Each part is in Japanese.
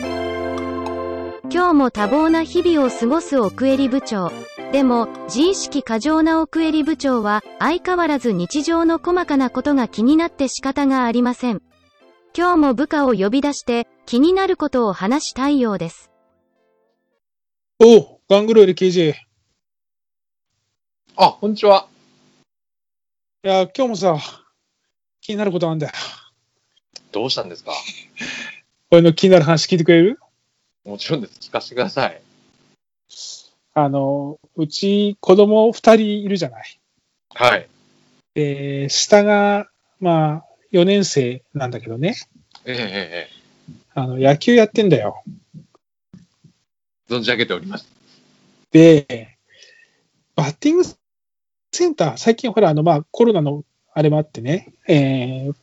今日も多忙な日々を過ごす奥襟部長。でも、自意識過剰な奥襟部長は、相変わらず日常の細かなことが気になって仕方がありません。今日も部下を呼び出して、気になることを話したいようです。 오, 깡그레리 기지.あ、こんにちは。 야, 경무사. 기나를 고다한데.どうしたんですか 너는 기나를 하나씩 기대해.もちろんです。聞かせてください。あの、うち子供二人いるじゃない。はい。で、下が、まあ、4年生なんだけどね。えええあの、野球やってんだよ。え。存じ上げております。で、バッティングセンター、最近ほら、あの、まあ、コロナのあれもあってね、えー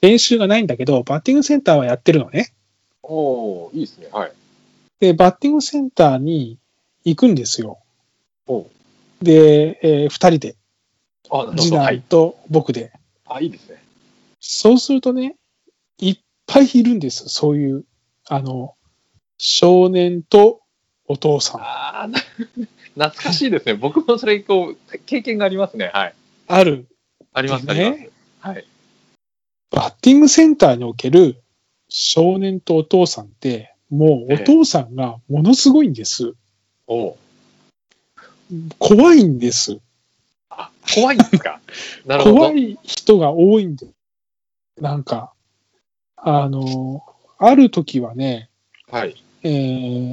練習がないんだけど、バッティングセンターはやってるのね。おおいいですね。はい。で、バッティングセンターに行くんですよ。おうで、えー、2人で、あ、なるほ次ど。はい男。と僕で。あ、いいですね。そうするとね、いっぱいいるんです。そういう、あの、少年とお父さん。ああ、な懐かしいですね。僕もそれ、こう、経験がありますね。はい。ある。あります、ありますね。。はい。バッティングセンターにおける少年とお父さんって、もうお父さんがものすごいんです。おお怖いんです。あ、怖いんです かなるほど。怖い人が多いんです。なんか、あの、ある時はね、はい。え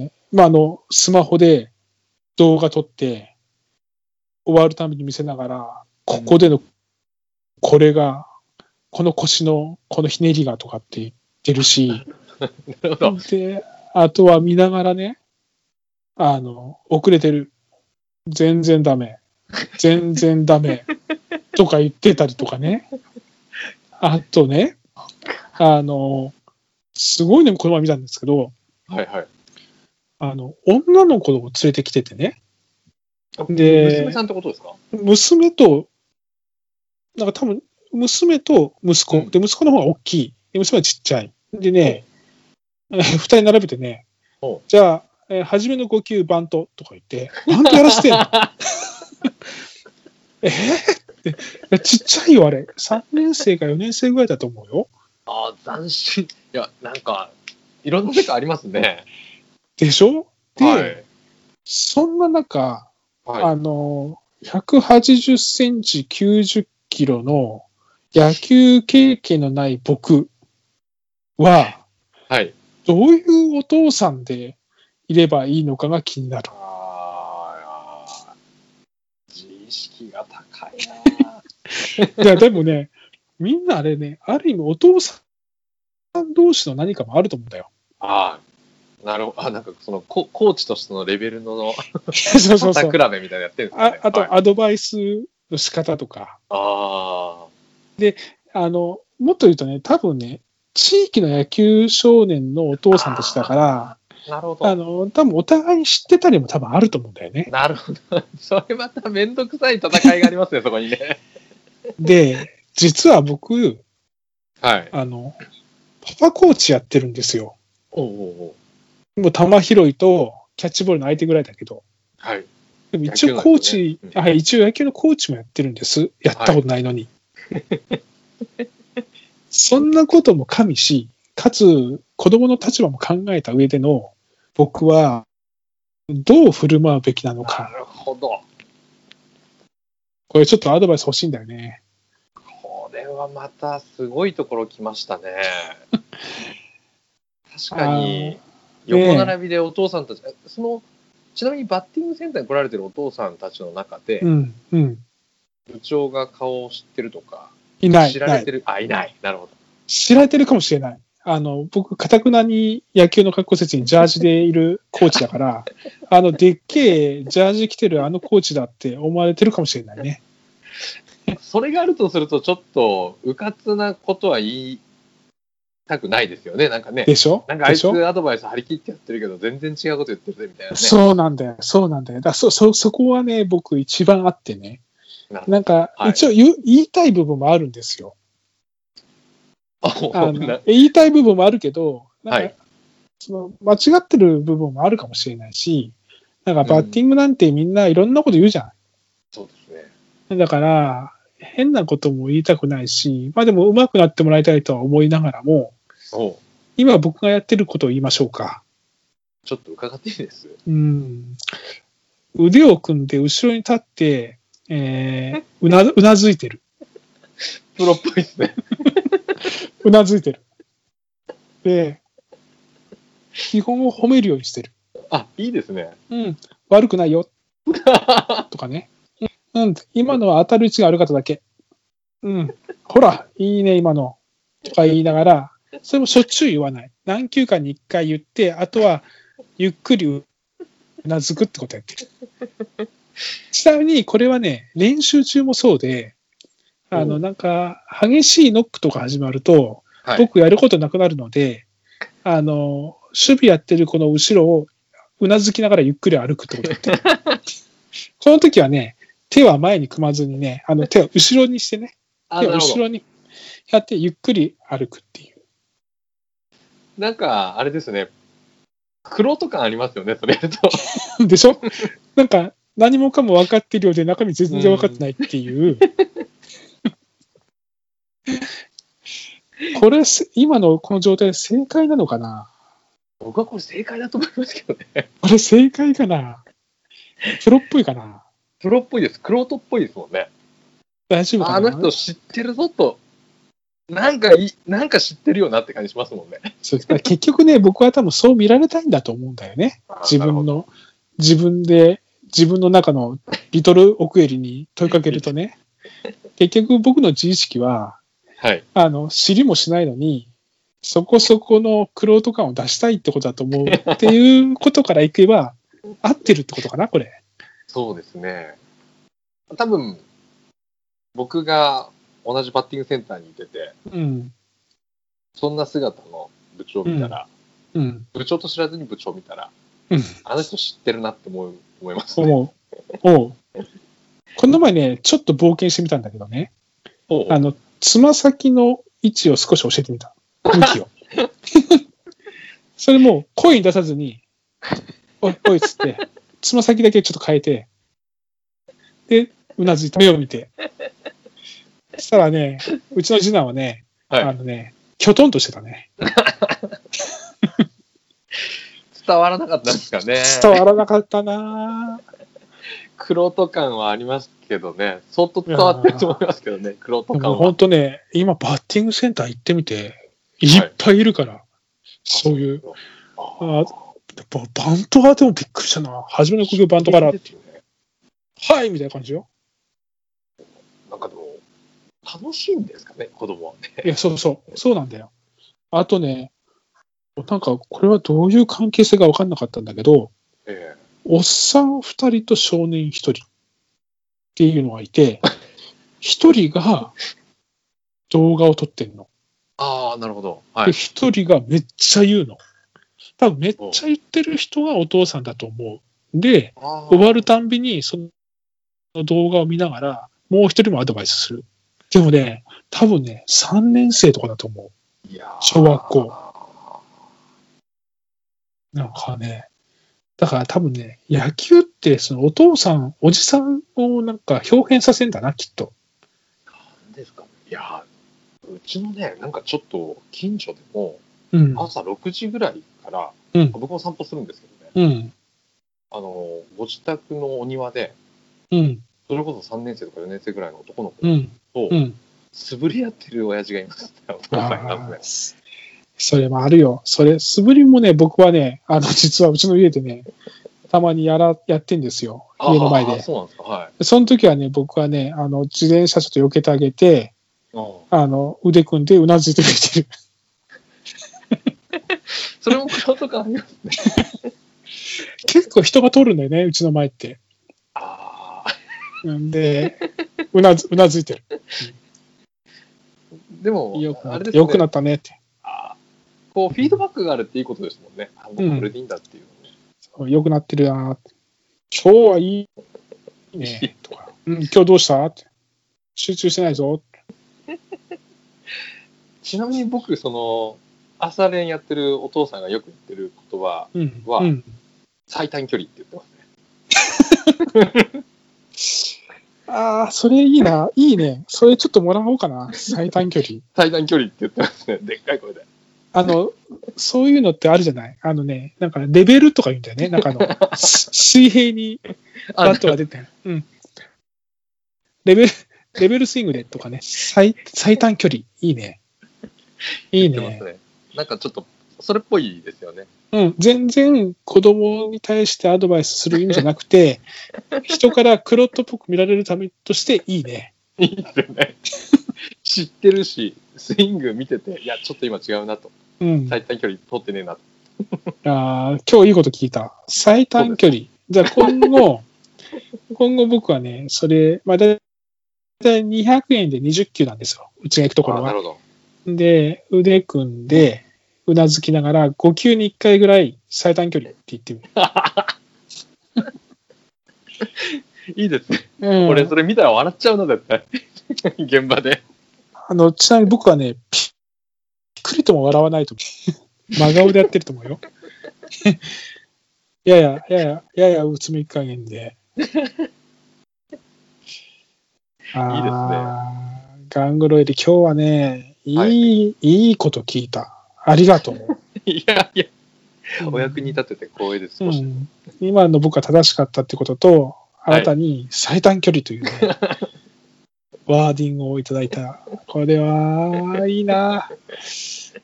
ーまあ、あの、スマホで動画撮って、終わるために見せながら、ここでの、これが、この腰の、このひねりがとかって言ってるし、なるほど。で、あとは見ながらね、あの、遅れてる。全然ダメ。全然ダメ。とか言ってたりとかね。あとね、あの、すごいね、この前見たんですけど、はい、はい。あの、女の子を連れてきててね、で娘さんってことですか娘と、なんか多分、娘と息子、うんで、息子の方が大きい。で娘はちっちゃい。でね、 えー二人並べてねお、じゃあ、えー初めの5球バントとか言って、バントやらせてんの えーっていやちっちゃいよ、あれ。3年生か4年生ぐらいだと思うよ。ああ、斬新。いや、なんか、いろんな世界ありますね。でしょで、はい。そんな中、はあの、180センチ90キロの野球経験のない僕は、い。はい。どういうお父さんでいればいいのかが気になる。ああ、自意識が高いな。い や、でもね、みんなあれね、ある意味お父さん同士の何かもあると思うんだ よ。ああ、なるほど。あ、なんかそのココーチとしてのレベルのそうそうそ肩う比。べみたいなのやってるんですかあね。あはいと、アドバイスの仕方とか、ああの、もっと言うとね、多分ね、地域の野球少年のお父さんたちだから、あ、なるほあど。の、多分お互いに知ってたりも多分あると思うんだよね。なるほど。 それまためんどくさい戦いがありますね、そこにね。で、実は僕、はい。あの、パパコーチやってるんですよ。おうおうおうもう球拾いとキャッチボールの相手ぐらいだけど。はい。でも一応野球コなーんですねチ、はい、一応野球のコーチもやってるんです。やったことないの に。そんなことも加味し、かつ子供の立場も考えた上での僕はどう振る舞うべきなのなか。るほど。これちょっとアドバイス欲しいんだよね。これはまたすごいところ来ましたね。 確かあに、ーねえ横並びでお父さんたち、えその、ちなみにバッティングセンターに来られてるお父さんたちの中で、うん、うん。部長が顔を知ってるとか、いない。知られてる、あ、いない。なるほど。知られてるかもしれない。あの、僕、かたくなに野球の格好説にジャージでいるコーチだ から、あの、でっけえジャージ着てるあのコーチだって思われてるかもしれないね。それがあるとすると、ちょっと、うかつなことは言いたくないですよね、なんかね。でしょなんかあいでしょつアドバイス張り切ってやってるけど、全然違うこと言ってるぜみたいなね。そうなんだよ、そうなんだよ。だからそ、そ、そこはね、僕一番あってね。ななんか、はい一応言う言いたい部分もあるんですよ。ああほんのな言いたい部分もあるけど、なんか、はいその間違ってる部分もあるかもしれないし、なんかバッティングなんてみんないろんなこと言うじゃん。 そうですね。だから、変なことも言いたくないし、まあでも上手くなってもらいたいとは思いながらも、おう今僕がやってることを言いましょうか。ちょっと伺っていいですうん。腕を組んで後ろに立って、えー、うな、うなずいてる。プロっぽいですね。うなずいてる。で、基本を褒めるようにしてる。あ、いいですね。うん。悪く ないよ。とかね。うんうん。今のは当たる位置が悪かっただけ。うん。ほら、いいね、今の。とか言いながら、それもしょっちゅう言わない。何球かに一回言って、あとは、ゆっくりうなずくってことやってる。ちなみに、これはね、練習中もそうで、あうの、んなんか、激しいノックとか始まると、はい。僕やることなくなるので、あの、守備やってるこの後ろをうなずきながらゆっくり歩くってことやって るこの時はね、手は前に組まずにね、あの手を後ろにしてね、あ、手をなるほ後ど。ろにやってゆっくり歩くっていう。なんか、あれですね。黒と感ありますよね、それやると。でしょなんか何もかも分かってるようで中身全然分かってないって いう。これせ、今のこの状態で正解なのかな 僕はこれ正解だと思いますけどね。これ正解かなプロっぽいかなプロっぽいです。黒人っぽいですもんね。大丈夫かなあの人知ってるぞと。なんかいい、なんか知ってるよなって感じしますもんね。そうだから結局ね、僕は多分そう見られたいんだと思うんだよね。 自分の、自分で、自分の中のリトル奥襟に問いかけると ね、結局僕の自意識は、はい。あの、知りもしないのに、そこそこのクロート感を出したいってことだと思うっていうことからいけ ば、合ってるってことかな、これ。そうですね。多分、僕が同じバッティングセンターにいてて、うん。そんな姿の部長を見たら、うん。部長と知らずに部長を見たら、うんあの人知ってるなって思う思いますね。思う。おう。この前ね、ちょっと冒険してみたんだけどね。ほうあの、つま先の位置を少し教えてみた。向 きを。それも、声に出さずに、おい、おいっつって、つま先だけちょっと変えて、で、うなずいて、目を見て。そしたらね、うちの次男はね、はいあのね、きょとんとしてたね。伝わらなかったんですかね。伝わらなかったなぁクロト感はありますけどね、相当伝わってると思いますけどね、クロトで感もは。本当ね、今バッティングセンター行ってみて、いっぱいいるから、そういう。あババントがでもびっくりしたな。初めの国バントから、ですよねはいみたいな感じよ。なんかでも、楽しいんですかね、子供はね。いや、そうそう、そうなんだよ。あとね、なんかこれはどういう関係性か分かんなかったんだけど、ええおっさん2人と少年1人っていうのがいて、1人が動画を撮ってんの。ああ、なるほど。はで、い。 1人がめっちゃ言うの。多分めっちゃ言ってる人がお父さんだと思う。で、あ終わるたんびに、その動画を見ながら、もう一人もアドバイスする。でもね、多分ね、3年生とかだと思いやー小学校。う。なんかね、だから多分ね、野球って、そのお父さん、おじさんをなんか表現させんだな、きっと。なんですかね。いやーうちのね、なんかちょっと近所でも、うん。朝6時ぐらいから、うん僕も散歩するんですけどね、うん。あの、ご自宅のお庭で、うん。それこそ3年生とか4年生ぐらいの男の子うん。うと、ん。素振りやってる親父がいますね。お父さんいますねあーそれもあるよ。それ、素振りもね、僕はね、あの、実はうちの家でね、たまにやら、やってんですよ。家の前あーで。そうなんですか。はい。その時はね、僕はね、あの、自転車ちょっと避けてあげて、あーあの、腕組んでうなずいて見てる。 それも黒とかありますね。結構人が通るんだよね、うちの前って。あんで、 うなず、うなずいてる。ーでもよく、なあっれたですね。よくなったねって。あこう、フィードバックがあるっていいことですもんね。あ、もうんうこれでいいんだっていうのね。良くなってるなーって。今日はいい ね。とか。うん、今日どうしたって。集中してないぞ。ちなみに僕、その、朝練やってるお父さんがよく言ってる言葉、うん。わあうん。最短距離って言ってますね。ああ、それいいな。いいね。それちょっともらおうかな。最短距離。最短距離って言ってますね。でっかい声で。あの、そういうのってあるじゃないあのね、なんかレベルとか言うんだよね。なんかあ の、し水平にバットが出てる。うん。レベル、レベルスイングでとかね。最、最短距離。いいね。いい言ってねま。すね。なんかちょっと、それっぽいですよね。うん。全然子供に対してアドバイスする意味じゃなくて、人からクロットっぽく見られるためとしていいね。いいですよね。知ってるし、スイング見てて、いや、ちょっと今違うなと。うん。最短距離取ってねえなと。ああ、今日いいこと聞いた。最短距離。じゃあ今後、 今後僕はね、それ、まあ、だいたい200円で20球なんですよ。うちが行くとこあろーなは。るほど。で、腕組んで、うなずきながら、5球に1回ぐらい最短距離って言ってみる。いいですね。うん、俺、それ見たら笑っちゃうな、絶対。 現場で。あの、ちなみに僕はね、ぴっくりとも笑わないと思う。 真顔でやってると思うよ。やや、やや、ややうつむき加減 で。ああ、ガングロより今日はね、いい、、はいいこと聞いた。ありがとう。いやいや、 お役に立てて光栄です。う少しん、今の僕が正しかったってことと、い新たに最短距離という、 ねワーディングをいただいた。これは、いいな。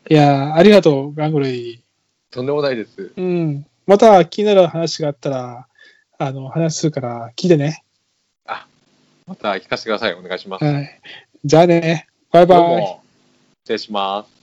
いやー、ありがとう、ガングルイ。とんでもないです。うん。また気になる話があったら、あの、話するから聞いてね。また聞かせてください。お願いします。はい。じゃあね。バイどうバイ。も。失礼します。